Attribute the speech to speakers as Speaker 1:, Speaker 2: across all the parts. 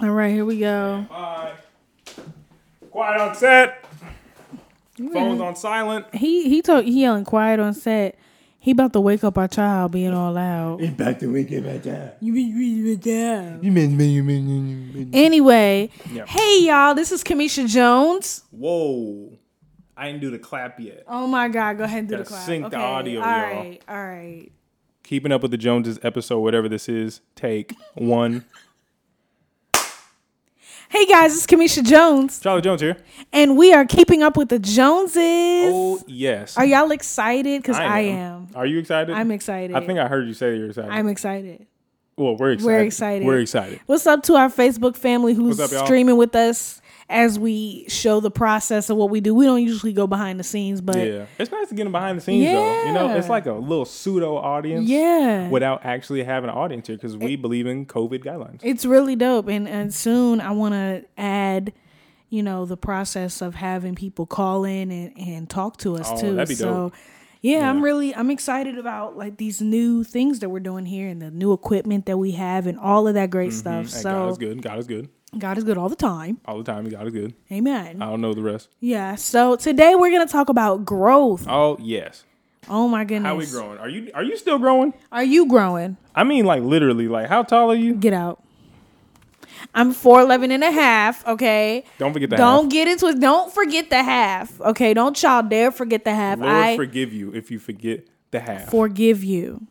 Speaker 1: All right, here we go.
Speaker 2: Bye. Quiet on set.
Speaker 1: You
Speaker 2: Phones
Speaker 1: really-
Speaker 2: on silent.
Speaker 1: He he told he yelling quiet on set. He about to wake up our child being all loud.
Speaker 3: It's back to wicked back down.
Speaker 1: You be you be down.
Speaker 3: You mean, you mean, you mean, you mean.
Speaker 1: Anyway,
Speaker 2: Yeah.
Speaker 1: hey y'all, this is Kamisha Jones.
Speaker 2: Whoa. I didn't do the clap yet.
Speaker 1: Oh my God, go ahead and do
Speaker 2: Gotta
Speaker 1: the clap.
Speaker 2: sync the audio,
Speaker 1: all
Speaker 2: y'all.
Speaker 1: right, all right.
Speaker 2: Keeping up with the Joneses episode, whatever this is, take one.
Speaker 1: Hey guys, it's Kamisha Jones,
Speaker 2: Charlie Jones here.
Speaker 1: and we are keeping up with the Joneses.
Speaker 2: Oh yes.
Speaker 1: Are y'all excited? Because I, am.
Speaker 2: Are you excited?
Speaker 1: I'm excited.
Speaker 2: I think I heard you say you're excited.
Speaker 1: I'm excited.
Speaker 2: well, we're excited.
Speaker 1: We're excited.
Speaker 2: We're excited.
Speaker 1: What's up to our Facebook family who's
Speaker 2: What's up, y'all?
Speaker 1: streaming with us as we show the process of what we do? We don't usually go behind the scenes, but yeah.
Speaker 2: Yeah. It's nice to get in behind the scenes though. You know, it's
Speaker 1: Yeah.
Speaker 2: like a little pseudo audience. Without actually having an audience here, because we believe in COVID guidelines.
Speaker 1: It's really dope. And and soon I want to add, you know, the process of having people call in and, and talk to us
Speaker 2: Oh,
Speaker 1: too.
Speaker 2: that'd be
Speaker 1: so
Speaker 2: dope.
Speaker 1: Yeah, I'm really I'm excited about like these new things that we're doing here and the new equipment that we have and all of that great stuff.
Speaker 2: Mm-hmm. Hey,
Speaker 1: So
Speaker 2: God is good. God is good.
Speaker 1: God is good all the time.
Speaker 2: All the time. God is good.
Speaker 1: Amen.
Speaker 2: I don't know the rest.
Speaker 1: yeah. So today we're gonna talk about growth.
Speaker 2: Oh yes.
Speaker 1: Oh my goodness.
Speaker 2: How we growing? Are you are you still growing?
Speaker 1: Are you growing?
Speaker 2: I mean, like literally. Like, how tall are you?
Speaker 1: Get out. I'm 4'11 and a half, okay?
Speaker 2: Don't forget the
Speaker 1: Don't
Speaker 2: half.
Speaker 1: get into it. Don't forget the half, okay? Don't y'all dare forget the half.
Speaker 2: Lord
Speaker 1: I
Speaker 2: forgive you if you forget the half.
Speaker 1: forgive you.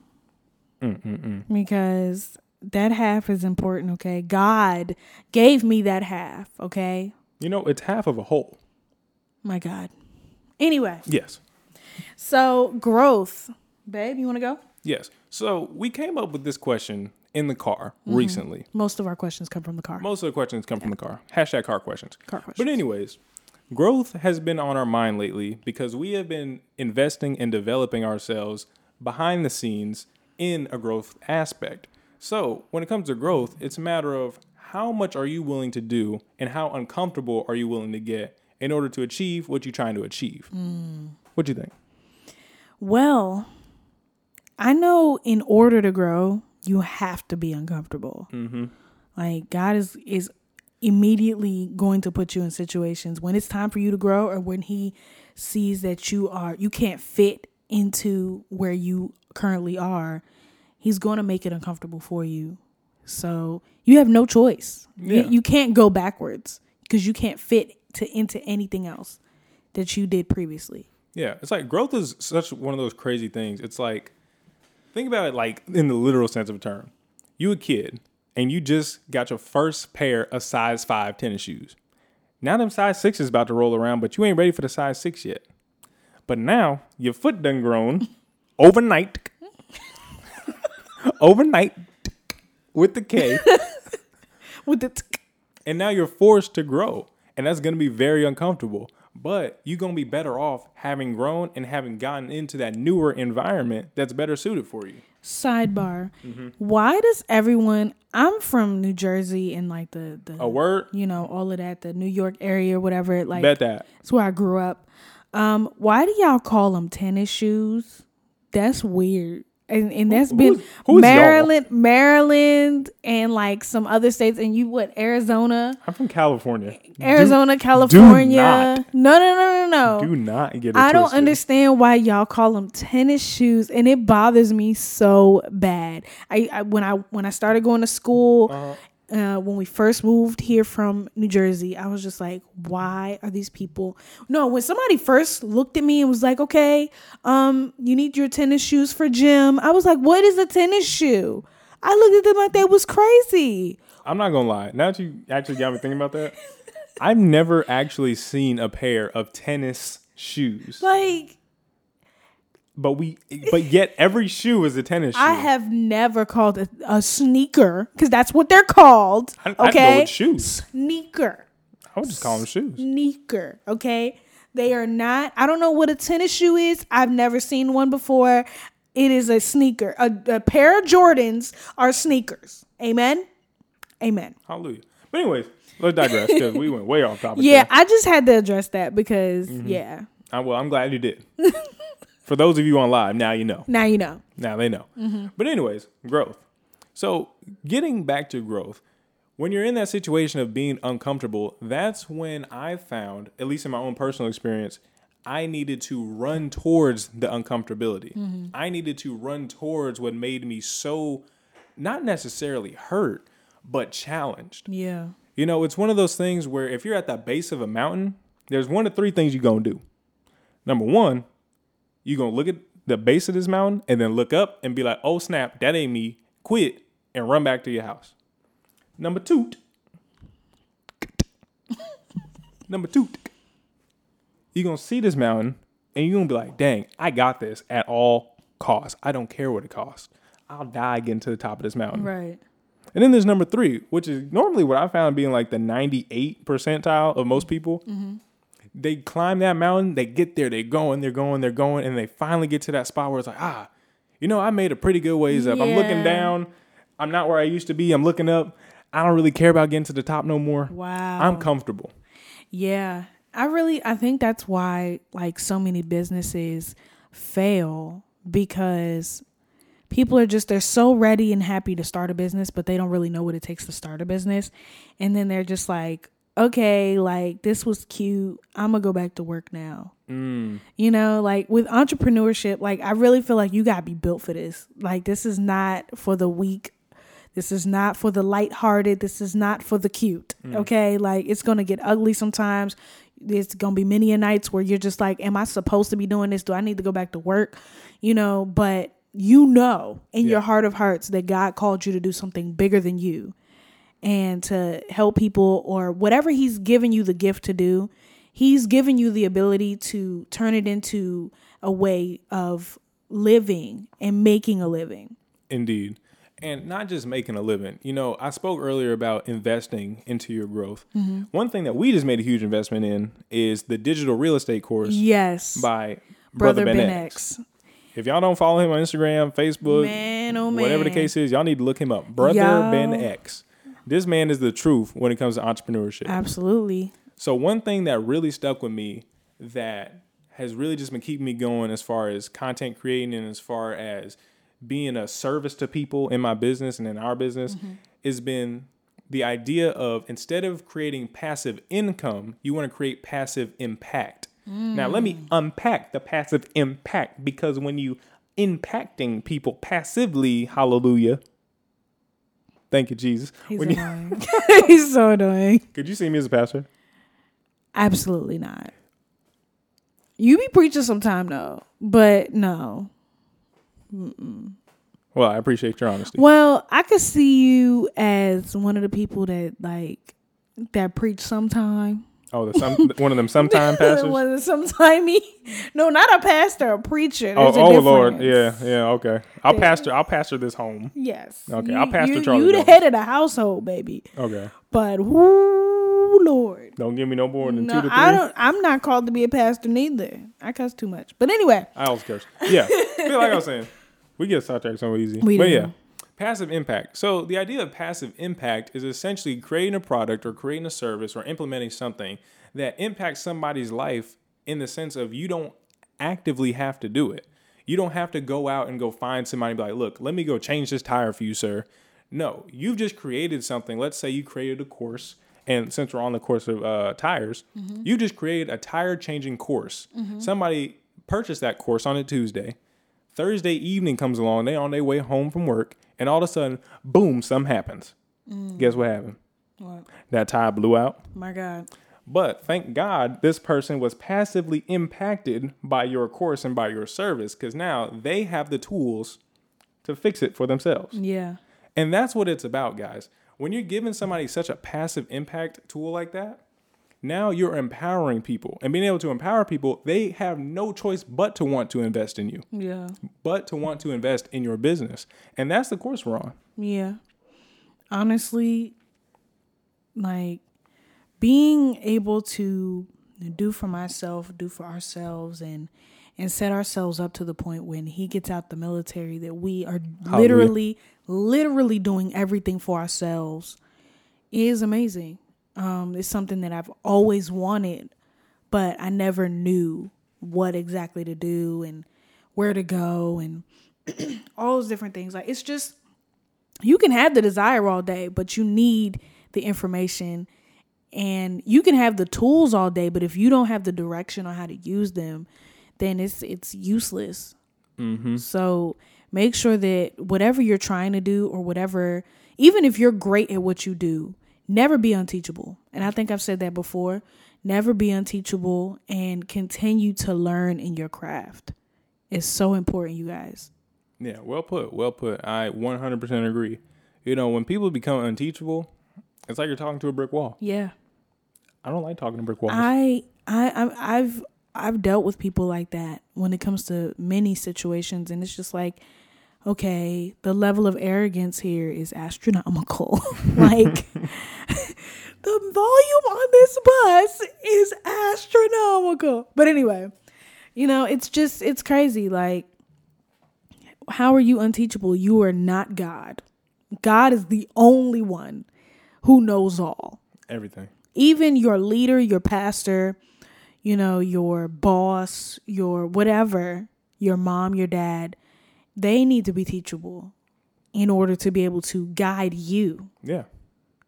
Speaker 1: Because that half is important, okay? God gave me that half, okay?
Speaker 2: you know, it's half of a whole.
Speaker 1: My God. Anyway,
Speaker 2: Yes.
Speaker 1: so growth. Babe, you want to go?
Speaker 2: Yes. So we came up with this question in the car
Speaker 1: Mm-hmm.
Speaker 2: recently.
Speaker 1: Most of our questions come from the car.
Speaker 2: Most of the questions come from the car. Hashtag car questions.
Speaker 1: Car
Speaker 2: But
Speaker 1: questions.
Speaker 2: anyways, growth has been on our mind lately because we have been investing and developing ourselves behind the scenes in a growth aspect. So when it comes to growth, it's a matter of how much are you willing to do and how uncomfortable are you willing to get in order to achieve what you're trying to achieve.
Speaker 1: Mm.
Speaker 2: What do you think?
Speaker 1: Well, I know in order to grow, you have to be uncomfortable. Like God is is immediately going to put you in situations when it's time for you to grow, or when He sees that you are you can't fit into where you currently are. He's going to make it uncomfortable for you. So you have no choice. You-
Speaker 2: Yeah.
Speaker 1: You, can't go backwards because you can't fit to into anything else that you did previously.
Speaker 2: Yeah, it's like growth is such one of those crazy things. It's like think about it like in the literal sense of a term. You a kid and you just got your first pair of size five tennis shoes. Now them size six is about to roll around, but you ain't ready for the size six yet. But now your foot done grown overnight. overnight with the K.
Speaker 1: With the
Speaker 2: and now you're forced to grow and that's going to be very uncomfortable but you're going to be better off having grown and having gotten into that newer environment that's better suited for you
Speaker 1: Sidebar.
Speaker 2: Mm-hmm.
Speaker 1: Why does everyone I'm from New Jersey and like the the
Speaker 2: a word
Speaker 1: you know, all of that, the New York area, whatever, like
Speaker 2: bet that
Speaker 1: it's where I grew up. Um, why do y'all call them tennis shoes? That's weird. And and that's been
Speaker 2: who is y'all?
Speaker 1: Maryland, Maryland and like some other states and you what, Arizona?
Speaker 2: i'm from california
Speaker 1: Arizona, California.
Speaker 2: not-
Speaker 1: No, no, no, no, no.
Speaker 2: do not get it
Speaker 1: I don't
Speaker 2: twisted.
Speaker 1: understand why y'all call them tennis shoes, and it bothers me so bad. I, I when I when I started going to school, uh
Speaker 2: Uh-huh.
Speaker 1: when we first moved here from New Jersey, I was just like, why are these people? No, when somebody first looked at me and was like, okay, um, you need your tennis shoes for gym. I was like, what is a tennis shoe? I looked at them like they was crazy.
Speaker 2: i'm not going to lie now that you actually got me thinking about that i've never actually seen a pair of tennis shoes
Speaker 1: Like
Speaker 2: but we but yet every shoe is a tennis shoe
Speaker 1: I have never called a, a sneaker because that's what they're called.
Speaker 2: I- I
Speaker 1: Okay,
Speaker 2: know it's shoes.
Speaker 1: Sneaker,
Speaker 2: i would just call them shoes
Speaker 1: sneaker. Okay, they are not. I don't know what a tennis shoe is. I've never seen one before. It is a sneaker. A, a pair of Jordans are sneakers. Amen. Amen.
Speaker 2: hallelujah but anyways let's digress because we went way off topic
Speaker 1: Yeah, I just had to address that because yeah.
Speaker 2: I, well, I'm glad you did. For those of you on live, now you know.
Speaker 1: Now you know.
Speaker 2: Now they know. But anyways, growth. So getting back to growth, when you're in that situation of being uncomfortable, that's when I found, at least in my own personal experience, I needed to run towards the uncomfortability. I needed to run towards what made me so not necessarily hurt, but challenged.
Speaker 1: Yeah.
Speaker 2: You know, it's one of those things where if you're at the base of a mountain, there's one of three things you're going to do. Number one, you're going to look at the base of this mountain and then look up and be like, oh snap, that ain't me. Quit and run back to your house. Number two, number two, you're going to see this mountain and you're going to be like, dang, I got this at all costs. I don't care what it costs. I'll die getting to the top of this mountain.
Speaker 1: Right.
Speaker 2: And then there's number three, which is normally what I found being like the 98 percentile of most people.
Speaker 1: Mm-hmm.
Speaker 2: They climb that mountain, they get there, they're going, they're going, they're going, and they finally get to that spot where it's like, ah, you know, I made a pretty good ways up. I'm looking
Speaker 1: Yeah.
Speaker 2: down. I'm not where I used to be. I'm looking up. I don't really care about getting to the top no more.
Speaker 1: Wow.
Speaker 2: I'm comfortable.
Speaker 1: Yeah. I really I think that's why like so many businesses fail because people are just they're so ready and happy to start a business but they don't really know what it takes to start a business and then they're just like okay like this was cute i'm gonna go back to work now you know like with entrepreneurship like i really feel like you gotta be built for this like this is not for the weak this is not for the lighthearted. This is not for the cute. Okay. Like it's going to get ugly sometimes. It's going to be many a nights where you're just like, am I supposed to be doing this? Do I need to go back to work? You know, but you know in your heart of hearts that God called you to do something bigger than you and to help people or whatever he's given you the gift to do he's given you the ability to turn it into a way of living and making a living
Speaker 2: Indeed. And not just making a living. You know, I spoke earlier about investing into your growth.
Speaker 1: Mm-hmm.
Speaker 2: One thing that we just made a huge investment in is the digital real estate course
Speaker 1: yes
Speaker 2: by
Speaker 1: brother,
Speaker 2: Brother, Ben, X. If y'all don't follow him on Instagram, Facebook,
Speaker 1: Man, oh man.
Speaker 2: whatever the case is, y'all need to look him up. Brother
Speaker 1: Y'all-
Speaker 2: Ben X. This man is the truth when it comes to entrepreneurship.
Speaker 1: Absolutely.
Speaker 2: So one thing that really stuck with me that has really just been keeping me going as far as content creating and as far as being a service to people in my business and in our business
Speaker 1: Mm-hmm.
Speaker 2: has been the idea of instead of creating passive income, you want to create passive impact. Now let me
Speaker 1: Mm.
Speaker 2: unpack the passive impact because when you impacting people passively, hallelujah. Thank you, Jesus.
Speaker 1: He's
Speaker 2: When you-
Speaker 1: annoying. He's so annoying.
Speaker 2: could you see me as a pastor?
Speaker 1: Absolutely not. You be preaching sometime though, but no.
Speaker 2: Well, I appreciate your honesty.
Speaker 1: Well, I could see you as one of the people that like that preach sometime.
Speaker 2: Oh, the some, one of them sometime pastors.
Speaker 1: Was it sometimey? No, not a pastor, a preacher.
Speaker 2: oh,
Speaker 1: There's a
Speaker 2: oh
Speaker 1: difference.
Speaker 2: Lord, yeah, yeah, okay. I'll pastor. I'll pastor this home.
Speaker 1: Yes.
Speaker 2: Okay, I'll pastor
Speaker 1: you,
Speaker 2: Charlie
Speaker 1: You the
Speaker 2: Dillon.
Speaker 1: head of the household, baby.
Speaker 2: Okay,
Speaker 1: But whoo, Lord.
Speaker 2: don't give me no more than two to
Speaker 1: No,
Speaker 2: three.
Speaker 1: I
Speaker 2: I,
Speaker 1: don't. I'm not called to be a pastor neither. I cuss too much. But anyway,
Speaker 2: also curse. Yeah, feel like I was saying, we get sidetracked so easy.
Speaker 1: We
Speaker 2: but
Speaker 1: do.
Speaker 2: yeah, passive impact. So the idea of passive impact is essentially creating a product or creating a service or implementing something that impacts somebody's life in the sense of you don't actively have to do it. You don't have to go out and go find somebody and be like, look, let me go change this tire for you, sir. No, you've just created something. Let's say you created a course, and since we're on the course of uh, tires, you just created a tire changing course. Somebody purchased that course on a Tuesday. Thursday evening comes along, they on their way home from work, and all of a sudden, boom, something happens. Guess what happened?
Speaker 1: What?
Speaker 2: That tire blew out.
Speaker 1: my God,
Speaker 2: But thank God this person was passively impacted by your course and by your service because now they have the tools to fix it for themselves.
Speaker 1: yeah,
Speaker 2: And that's what it's about, guys. When you're giving somebody such a passive impact tool like that, now you're empowering people. And being able to empower people, they have no choice but to want to invest in you,
Speaker 1: yeah,
Speaker 2: but to want to invest in your business. And that's the course we're on.
Speaker 1: yeah. Honestly, like being able to do for myself, do for ourselves, and and set ourselves up to the point when he gets out the military that we are literally, literally doing everything for ourselves is amazing. Um, it's something that I've always wanted, but I never knew what exactly to do and where to go and all those different things. Like it's just you can have the desire all day, but you need the information and you can have the tools all day but if you don't have the direction on how to use them then it's it's useless so make sure that whatever you're trying to do or whatever, even if you're great at what you do, never be unteachable. And I think I've said that before. Never be unteachable and continue to learn in your craft. It's so important, you guys.
Speaker 2: Yeah, well put, well put. I 100% agree. You know, when people become unteachable, it's like you're talking to a brick wall.
Speaker 1: Yeah.
Speaker 2: I don't like talking to brick walls.
Speaker 1: I I I- I've I've dealt with people like that when it comes to many situations and it's just like okay, the level of arrogance here is astronomical. like the volume on this bus is astronomical. But anyway, you know, it's just it's crazy like how are you unteachable? You are not God. God is the only one who knows all
Speaker 2: Everything.
Speaker 1: even your leader, your pastor, you know, your boss, your whatever, your mom, your dad, they need to be teachable in order to be able to guide you.
Speaker 2: Yeah,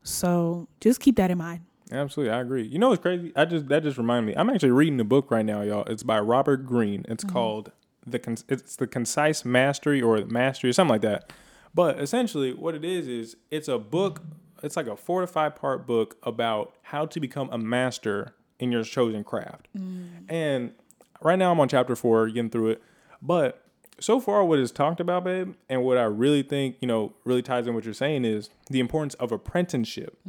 Speaker 1: So just keep that in mind.
Speaker 2: absolutely. I agree. You know what's crazy? I just that just reminded me. I'm actually reading a book right now, y'all. It's by Robert Greene. It's called the Con- it's the concise mastery or mastery or something like that. But essentially, what it is is it's a book. It's like a four to five part book about how to become a master in your chosen craft. And right now, I'm on chapter four, getting through it. But so far, what is talked about, babe, and what I really think you know really ties in what you're saying is the importance of apprenticeship.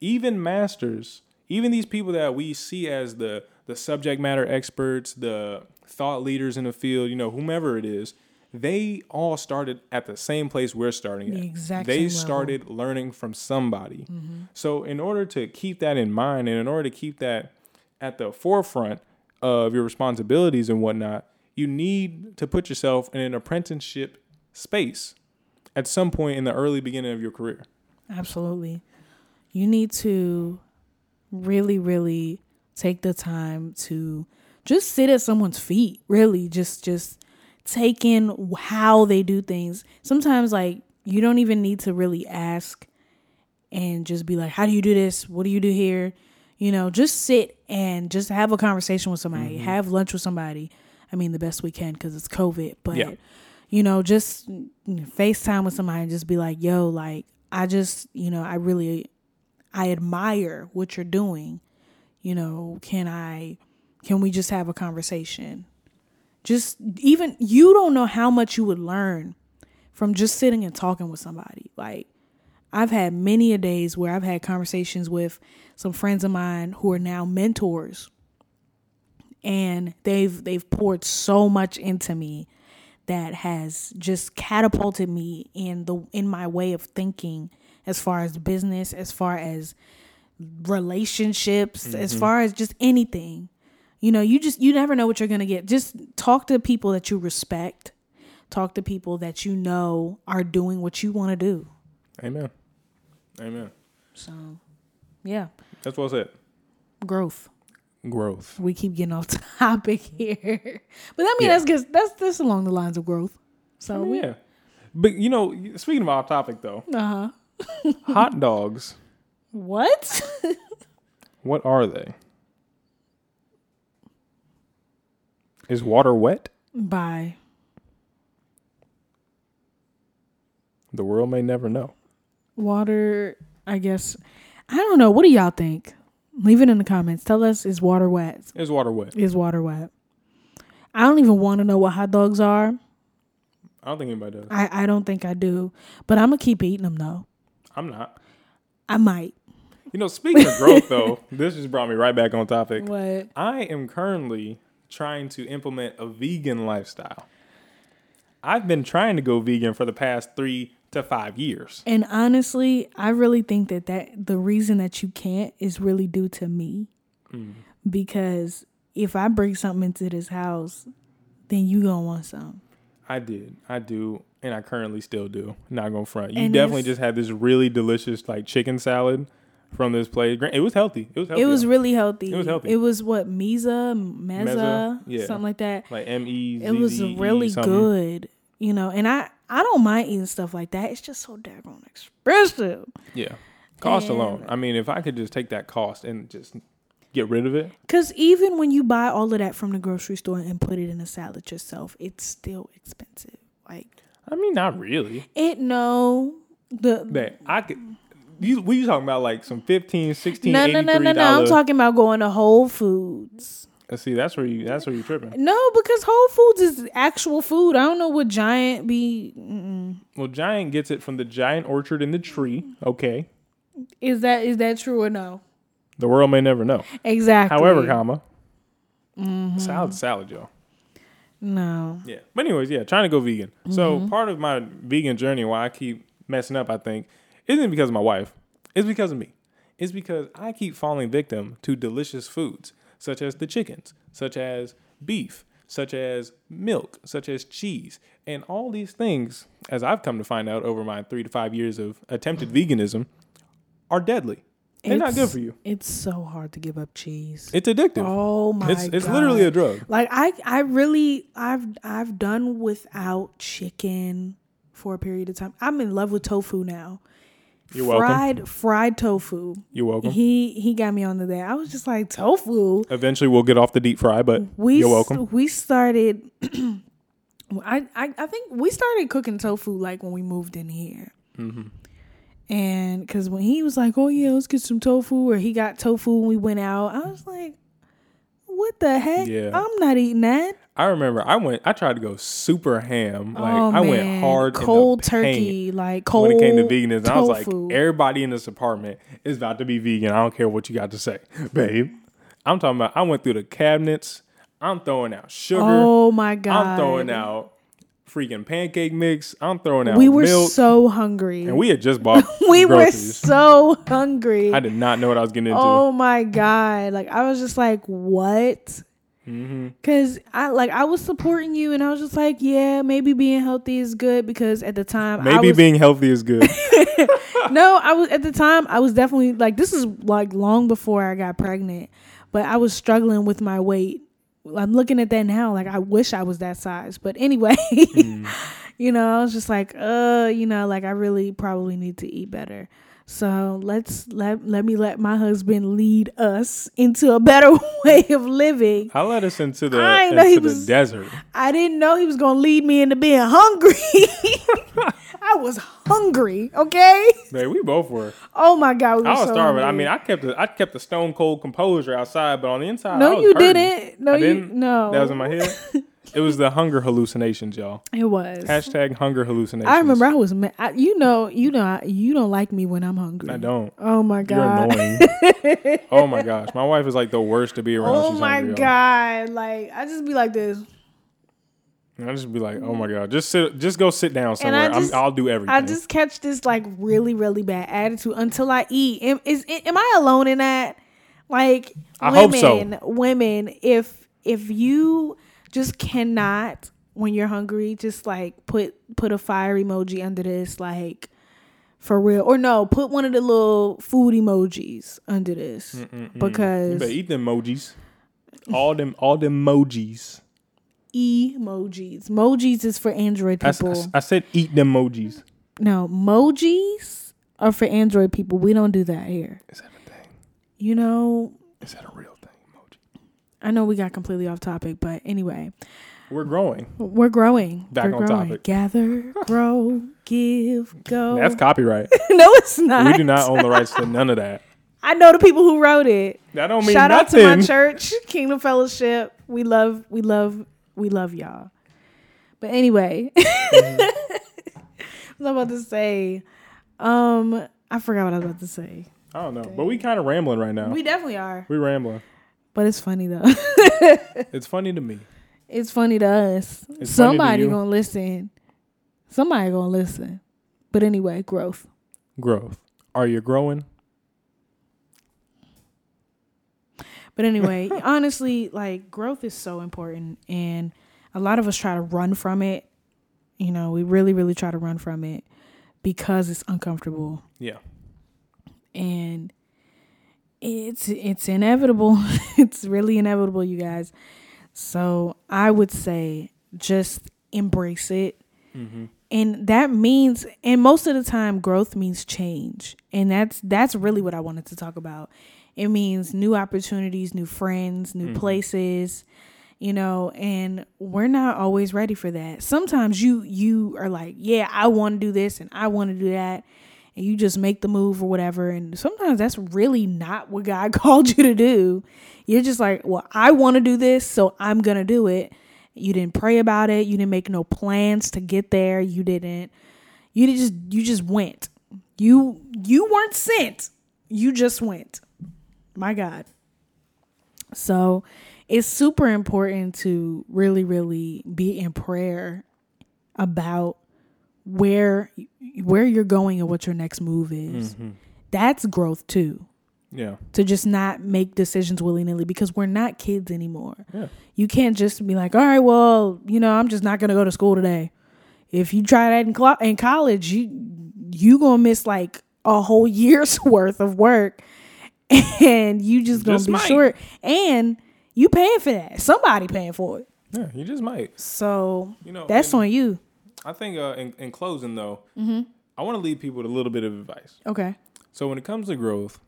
Speaker 2: Even masters, even these people that we see as the the subject matter experts, the thought leaders in the field, you know, whomever it is, they all started at the same place we're starting at.
Speaker 1: The exact
Speaker 2: they
Speaker 1: same level. Mm-hmm.
Speaker 2: started learning from somebody. So in order to keep that in mind and in order to keep that at the forefront of your responsibilities and whatnot, you need to put yourself in an apprenticeship space at some point in the early beginning of your career.
Speaker 1: Absolutely. You need to really, really take the time to just sit at someone's feet. Really, just just take in how they do things. Sometimes, like you don't even need to really ask and just be like, "How do you do this? What do you do here?" You know, just sit and just have a conversation with somebody. Have lunch with somebody. I mean, the best we can because it's COVID, but
Speaker 2: Yeah.
Speaker 1: you know, just mm, FaceTime with somebody and just be like, yo, like, I just, you know, I really, I admire what you're doing. You know, can I, can we just have a conversation? Just even, you don't know how much you would learn from just sitting and talking with somebody. Like, I've had many a days where I've had conversations with some friends of mine who are now mentors and they've they've poured so much into me that has just catapulted me in the in my way of thinking as far as business as far as relationships as far as just anything you know you just you never know what you're going to get just talk to people that you respect talk to people that you know are doing what you want to do
Speaker 2: Amen. Amen.
Speaker 1: so yeah
Speaker 2: That's well said.
Speaker 1: growth
Speaker 2: Growth.
Speaker 1: we keep getting off topic here but i
Speaker 2: Yeah.
Speaker 1: mean that's good that's that's along the lines of growth so we
Speaker 2: Yeah. But you know, speaking of off topic though,
Speaker 1: uh-huh
Speaker 2: hot dogs,
Speaker 1: what
Speaker 2: what are they? Is water wet?
Speaker 1: Bye.
Speaker 2: The world may never know.
Speaker 1: Water, I guess. I don't know. What do y'all think? Leave it in the comments. Tell us is water wet?
Speaker 2: Is water wet?
Speaker 1: Is water wet? I don't even want to know what hot dogs are.
Speaker 2: I don't think anybody does.
Speaker 1: I, I don't think I do. But I'm going to keep eating them though.
Speaker 2: I'm not.
Speaker 1: I might.
Speaker 2: You know, speaking of growth though, this just brought me right back on topic.
Speaker 1: What?
Speaker 2: I am currently trying to implement a vegan lifestyle. I've been trying to go vegan for the past three to five years.
Speaker 1: And honestly, I really think that, that the reason that you can't is really due to me.
Speaker 2: Mm.
Speaker 1: Because if I bring something into this house, then you going to want some.
Speaker 2: I did. I do. And I currently still do. Not going to front. You
Speaker 1: And
Speaker 2: definitely
Speaker 1: it's-
Speaker 2: just had this really delicious, like, chicken salad from this place. Gra- It was healthy. It was healthy.
Speaker 1: It was really healthy.
Speaker 2: It was healthy.
Speaker 1: It was what Meza, Meza,
Speaker 2: Mezza, yeah.
Speaker 1: something like that.
Speaker 2: like M E.
Speaker 1: it was really good, you know. And I I don't mind eating stuff like that. It's just so daggone expensive.
Speaker 2: Yeah. Cost alone. I mean, if I could just take that cost and just get rid of it,
Speaker 1: Because even when you buy all of that from the grocery store and put it in a salad yourself, it's still expensive. Like
Speaker 2: I mean, not really.
Speaker 1: it no the
Speaker 2: Man, I could. You, we talking about like some 15 16
Speaker 1: no no no no no. I'm talking about going to Whole Foods.
Speaker 2: See, that's where you. That's where you tripping.
Speaker 1: No, because Whole Foods is actual food. I don't know what Giant be. Mm-mm.
Speaker 2: Well, Giant gets it from the giant orchard in the tree. Okay,
Speaker 1: Is that is that true or no?
Speaker 2: the world may never know.
Speaker 1: Exactly.
Speaker 2: However, comma
Speaker 1: Mm-hmm.
Speaker 2: salad, salad, y'all.
Speaker 1: no.
Speaker 2: Yeah. But anyways, yeah, trying to go vegan.
Speaker 1: Mm-hmm.
Speaker 2: So part of my vegan journey, why I keep messing up, I think, isn't because of my wife. It's because of me. It's because I keep falling victim to delicious foods, such as the chickens, such as beef, such as milk, such as cheese, and all these things, as I've come to find out over my three to five years of attempted veganism, are deadly. They're not
Speaker 1: Mm-hmm. It's-
Speaker 2: good for you.
Speaker 1: It's so hard to give up cheese.
Speaker 2: It's addictive.
Speaker 1: oh my
Speaker 2: it's
Speaker 1: god.
Speaker 2: it's literally a drug.
Speaker 1: Like I I really I've I've done without chicken for a period of time. I'm in love with tofu now.
Speaker 2: You're welcome.
Speaker 1: Fried fried tofu.
Speaker 2: You're welcome.
Speaker 1: He he got me onto that. I was just like tofu.
Speaker 2: Eventually, we'll get off the deep fry, but
Speaker 1: We
Speaker 2: you're
Speaker 1: s-
Speaker 2: welcome.
Speaker 1: we started I, I I think we started cooking tofu like when we moved in here.
Speaker 2: Mm-hmm.
Speaker 1: And because when he was like, "Oh yeah, let's get some tofu," or he got tofu when we went out, I was like, "What the heck?
Speaker 2: Yeah.
Speaker 1: I'm not eating that."
Speaker 2: I remember I went. I tried to go super ham. Like
Speaker 1: oh,
Speaker 2: I went
Speaker 1: man.
Speaker 2: hard, in the
Speaker 1: cold
Speaker 2: paint
Speaker 1: turkey, like cold.
Speaker 2: when it came to veganism. I was like,
Speaker 1: tofu.
Speaker 2: everybody in this apartment is about to be vegan. I don't care what you got to say, babe. I'm talking about. I went through the cabinets. I'm throwing out sugar.
Speaker 1: "Oh my god!"
Speaker 2: I'm throwing out freaking pancake mix. I'm throwing out
Speaker 1: We were
Speaker 2: milk.
Speaker 1: so hungry.
Speaker 2: and we had just bought
Speaker 1: We were
Speaker 2: groceries.
Speaker 1: so hungry.
Speaker 2: I did not know what I was getting into.
Speaker 1: Oh my god! Like I was just like, what?
Speaker 2: Mm-hmm.
Speaker 1: Because I like I was supporting you, and I was just like, yeah, maybe being healthy is good because at the time, I
Speaker 2: Maybe
Speaker 1: was,
Speaker 2: being healthy is good.
Speaker 1: no, I was at the time I was definitely like this is like long before I got pregnant, but I was struggling with my weight. I'm looking at that now, like I wish I was that size. But anyway,
Speaker 2: Mm.
Speaker 1: you know, I was just like, uh, you know, like I really probably need to eat better. So let's let let me let my husband lead us into a better way of living.
Speaker 2: I led us into the
Speaker 1: I know
Speaker 2: into
Speaker 1: he
Speaker 2: the
Speaker 1: was-
Speaker 2: desert.
Speaker 1: I didn't know he was gonna lead me into being hungry. I was hungry, okay?
Speaker 2: Babe, we both were.
Speaker 1: Oh my god, we were
Speaker 2: I was
Speaker 1: so
Speaker 2: starving. I
Speaker 1: hungry.
Speaker 2: mean, I kept a, I kept a stone cold composure outside, but on the inside, I
Speaker 1: No,
Speaker 2: was
Speaker 1: you
Speaker 2: hurting.
Speaker 1: didn't. No,
Speaker 2: I
Speaker 1: you
Speaker 2: didn't.
Speaker 1: no.
Speaker 2: That was in my head. it was the hunger hallucinations, y'all.
Speaker 1: It was.
Speaker 2: Hashtag hunger hallucinations.
Speaker 1: I remember I was. Ma- I, you know, you know, I, you don't like me when I'm hungry.
Speaker 2: I don't.
Speaker 1: Oh my
Speaker 2: You're
Speaker 1: god.
Speaker 2: annoying. oh my gosh, my wife is like the worst to be around.
Speaker 1: Oh
Speaker 2: She's
Speaker 1: my
Speaker 2: hungry, y'all.
Speaker 1: god! Like I just be like this.
Speaker 2: And I just be like, oh my god, just sit, just go sit down
Speaker 1: And I
Speaker 2: somewhere.
Speaker 1: just-
Speaker 2: I'm, I'll do everything.
Speaker 1: I just catch this like really, really bad attitude until I eat. Am, is am I alone in that? Like
Speaker 2: I hope
Speaker 1: women,
Speaker 2: so.
Speaker 1: women, if if you just cannot when you're hungry, just like put put a fire emoji under this, like for real, or no, put one of the little food emojis under this
Speaker 2: you better
Speaker 1: because
Speaker 2: eat them emojis. All them, all them emojis.
Speaker 1: emojis, emojis is for Android
Speaker 2: I, s- I
Speaker 1: people.
Speaker 2: s- I said eat them emojis.
Speaker 1: no, emojis are for Android people. We don't do that here.
Speaker 2: Is that a thing?
Speaker 1: You know,
Speaker 2: Is that a real thing? Emoji.
Speaker 1: I know we got completely off topic, but anyway,
Speaker 2: We're growing.
Speaker 1: we're growing.
Speaker 2: Back
Speaker 1: we're
Speaker 2: on
Speaker 1: growing.
Speaker 2: topic.
Speaker 1: Gather, grow, give, go.
Speaker 2: That's copyright.
Speaker 1: no, it's not.
Speaker 2: we do not own the rights to none of that.
Speaker 1: I know the people who wrote it.
Speaker 2: That don't mean
Speaker 1: Shout
Speaker 2: nothing.
Speaker 1: out to my church, Kingdom Fellowship. We love, we love, we love y'all. But anyway, I was about to say, um, I forgot what I was about to say.
Speaker 2: I don't know, but we kind of rambling right now.
Speaker 1: We
Speaker 2: We,
Speaker 1: definitely are,
Speaker 2: rambling.
Speaker 1: but it's funny though.
Speaker 2: It's funny to me.
Speaker 1: It's funny to us.
Speaker 2: It's funny to
Speaker 1: Somebody
Speaker 2: you.
Speaker 1: gonna listen. Somebody gonna listen. But anyway, growth.
Speaker 2: Growth. Are you growing?
Speaker 1: But anyway, honestly, like growth is so important, and a lot of us try to run from it. You know, we really, really try to run from it because it's uncomfortable
Speaker 2: Yeah.
Speaker 1: and it's it's inevitable. it's really inevitable, you guys. So I would say just embrace it. and that means and most of the time growth means change and that's that's really what i wanted to talk about it means new opportunities new friends new places you know and we're not always ready for that sometimes you you are like yeah i want to do this and i want to do that and you just make the move or whatever and sometimes that's really not what god called you to do you're just like well i want to do this so i'm gonna do it you didn't pray about it you didn't make no plans to get there you didn't you just you just went you you weren't sent you just went my god so it's super important to really really be in prayer about where where you're going and what your next move is
Speaker 2: Mm-hmm.
Speaker 1: that's growth too
Speaker 2: Yeah.
Speaker 1: to just not make decisions willy-nilly because we're not kids anymore
Speaker 2: Yeah.
Speaker 1: you can't just be like, all right, well, you know, I'm just not gonna go to school today. If you try that in, cl- in college, you you gonna miss like a whole year's worth of work, and you just gonna
Speaker 2: Just
Speaker 1: be
Speaker 2: might.
Speaker 1: short. And you paying for that? Somebody paying for it.
Speaker 2: Yeah. You just might.
Speaker 1: So
Speaker 2: You know,
Speaker 1: that's
Speaker 2: and-
Speaker 1: on you.
Speaker 2: I think uh, in, in closing though,
Speaker 1: Mm-hmm.
Speaker 2: I want to leave people with a little bit of advice.
Speaker 1: Okay.
Speaker 2: So when it comes to growth,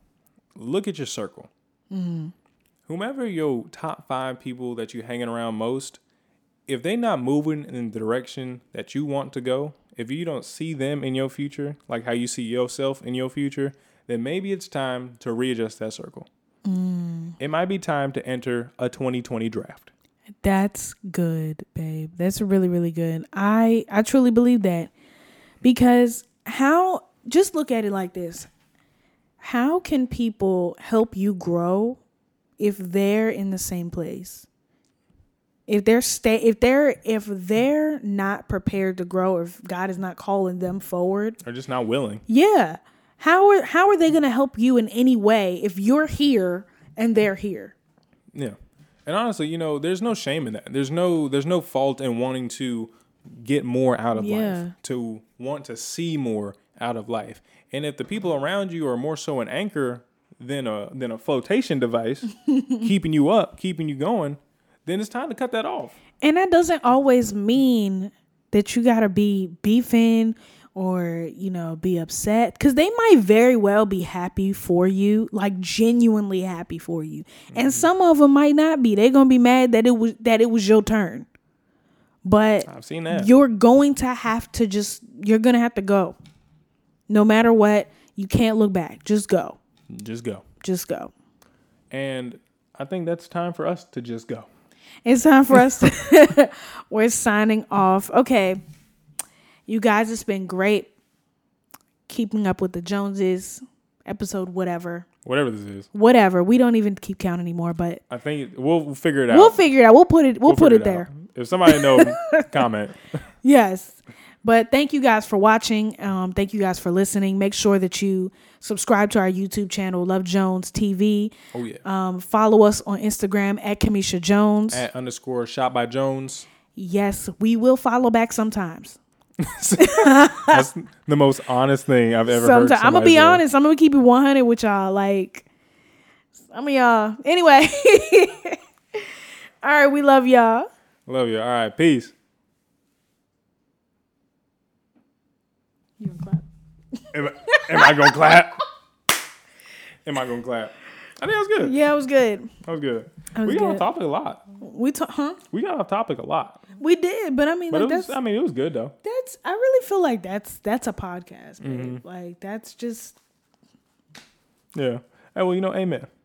Speaker 2: look at your circle. Whomever your top five people that you hanging around most, if they not moving in the direction that you want to go, if you don't see them in your future, like how you see yourself in your future, then maybe it's time to readjust that circle. It might be time to enter a 2020 draft.
Speaker 1: That's good, babe. That's really really good. I I truly believe that because how just look at it like this. How can people help you grow if they're in the same place? If they're stay if they're if they're not prepared to grow or if God is not calling them forward,
Speaker 2: They're just not willing.
Speaker 1: yeah. How are how are they going to help you in any way if you're here and they're here?
Speaker 2: Yeah. And honestly, you know, there's no shame in that. There's no there's no fault in wanting to get more out of
Speaker 1: Yeah.
Speaker 2: life, to want to see more out of life. And if the people around you are more so an anchor than a than a flotation device keeping you up, keeping you going, then it's time to cut that off.
Speaker 1: And that doesn't always mean that you gotta be beefing or, you know, be upset. Cause they might very well be happy for you, like genuinely happy for you. And some of them might not be. They're gonna be mad that it was that it was your turn. But
Speaker 2: I've seen that.
Speaker 1: you're going to have to just you're gonna have to go. No matter what, you can't look back. Just go.
Speaker 2: just go.
Speaker 1: Just go.
Speaker 2: And I think that's time for us to just go.
Speaker 1: It's time for us. to- we're signing off. Okay. You guys, it's been great keeping up with the Joneses episode, whatever.
Speaker 2: Whatever this is.
Speaker 1: Whatever. We don't even keep count anymore, but
Speaker 2: I think we'll figure it out.
Speaker 1: we'll figure it out. We'll put it we'll, put
Speaker 2: figure
Speaker 1: it there.
Speaker 2: out. If somebody knows, comment.
Speaker 1: Yes. But thank you guys for watching. Um, thank you guys for listening. Make sure that you subscribe to our YouTube channel, Love Jones TV.
Speaker 2: Oh yeah.
Speaker 1: Um, follow us on Instagram at Kamisha Jones.
Speaker 2: At underscore shot by Jones.
Speaker 1: yes, we will follow back sometimes.
Speaker 2: That's the most honest thing I've ever heard.
Speaker 1: Sometimes I'm gonna
Speaker 2: somebody
Speaker 1: be
Speaker 2: say.
Speaker 1: honest. I'm gonna keep it 100 with y'all. Like some of y'all. Anyway, all right. We love y'all.
Speaker 2: Love you. All right. Peace.
Speaker 1: You can clap.
Speaker 2: Am I, am I gonna clap? Am I gonna clap? I think that was good.
Speaker 1: Yeah, it was good.
Speaker 2: That was good.
Speaker 1: was
Speaker 2: we got
Speaker 1: good.
Speaker 2: off topic a lot.
Speaker 1: We ta- huh?
Speaker 2: We got off topic a lot,
Speaker 1: We did, but I mean,
Speaker 2: but
Speaker 1: like,
Speaker 2: it was. um,
Speaker 1: that's
Speaker 2: I mean, it was good though.
Speaker 1: that's. I really feel like that's that's a
Speaker 2: Mm-hmm.
Speaker 1: podcast. babe. Like that's just
Speaker 2: Yeah. Hey, well, you know, amen.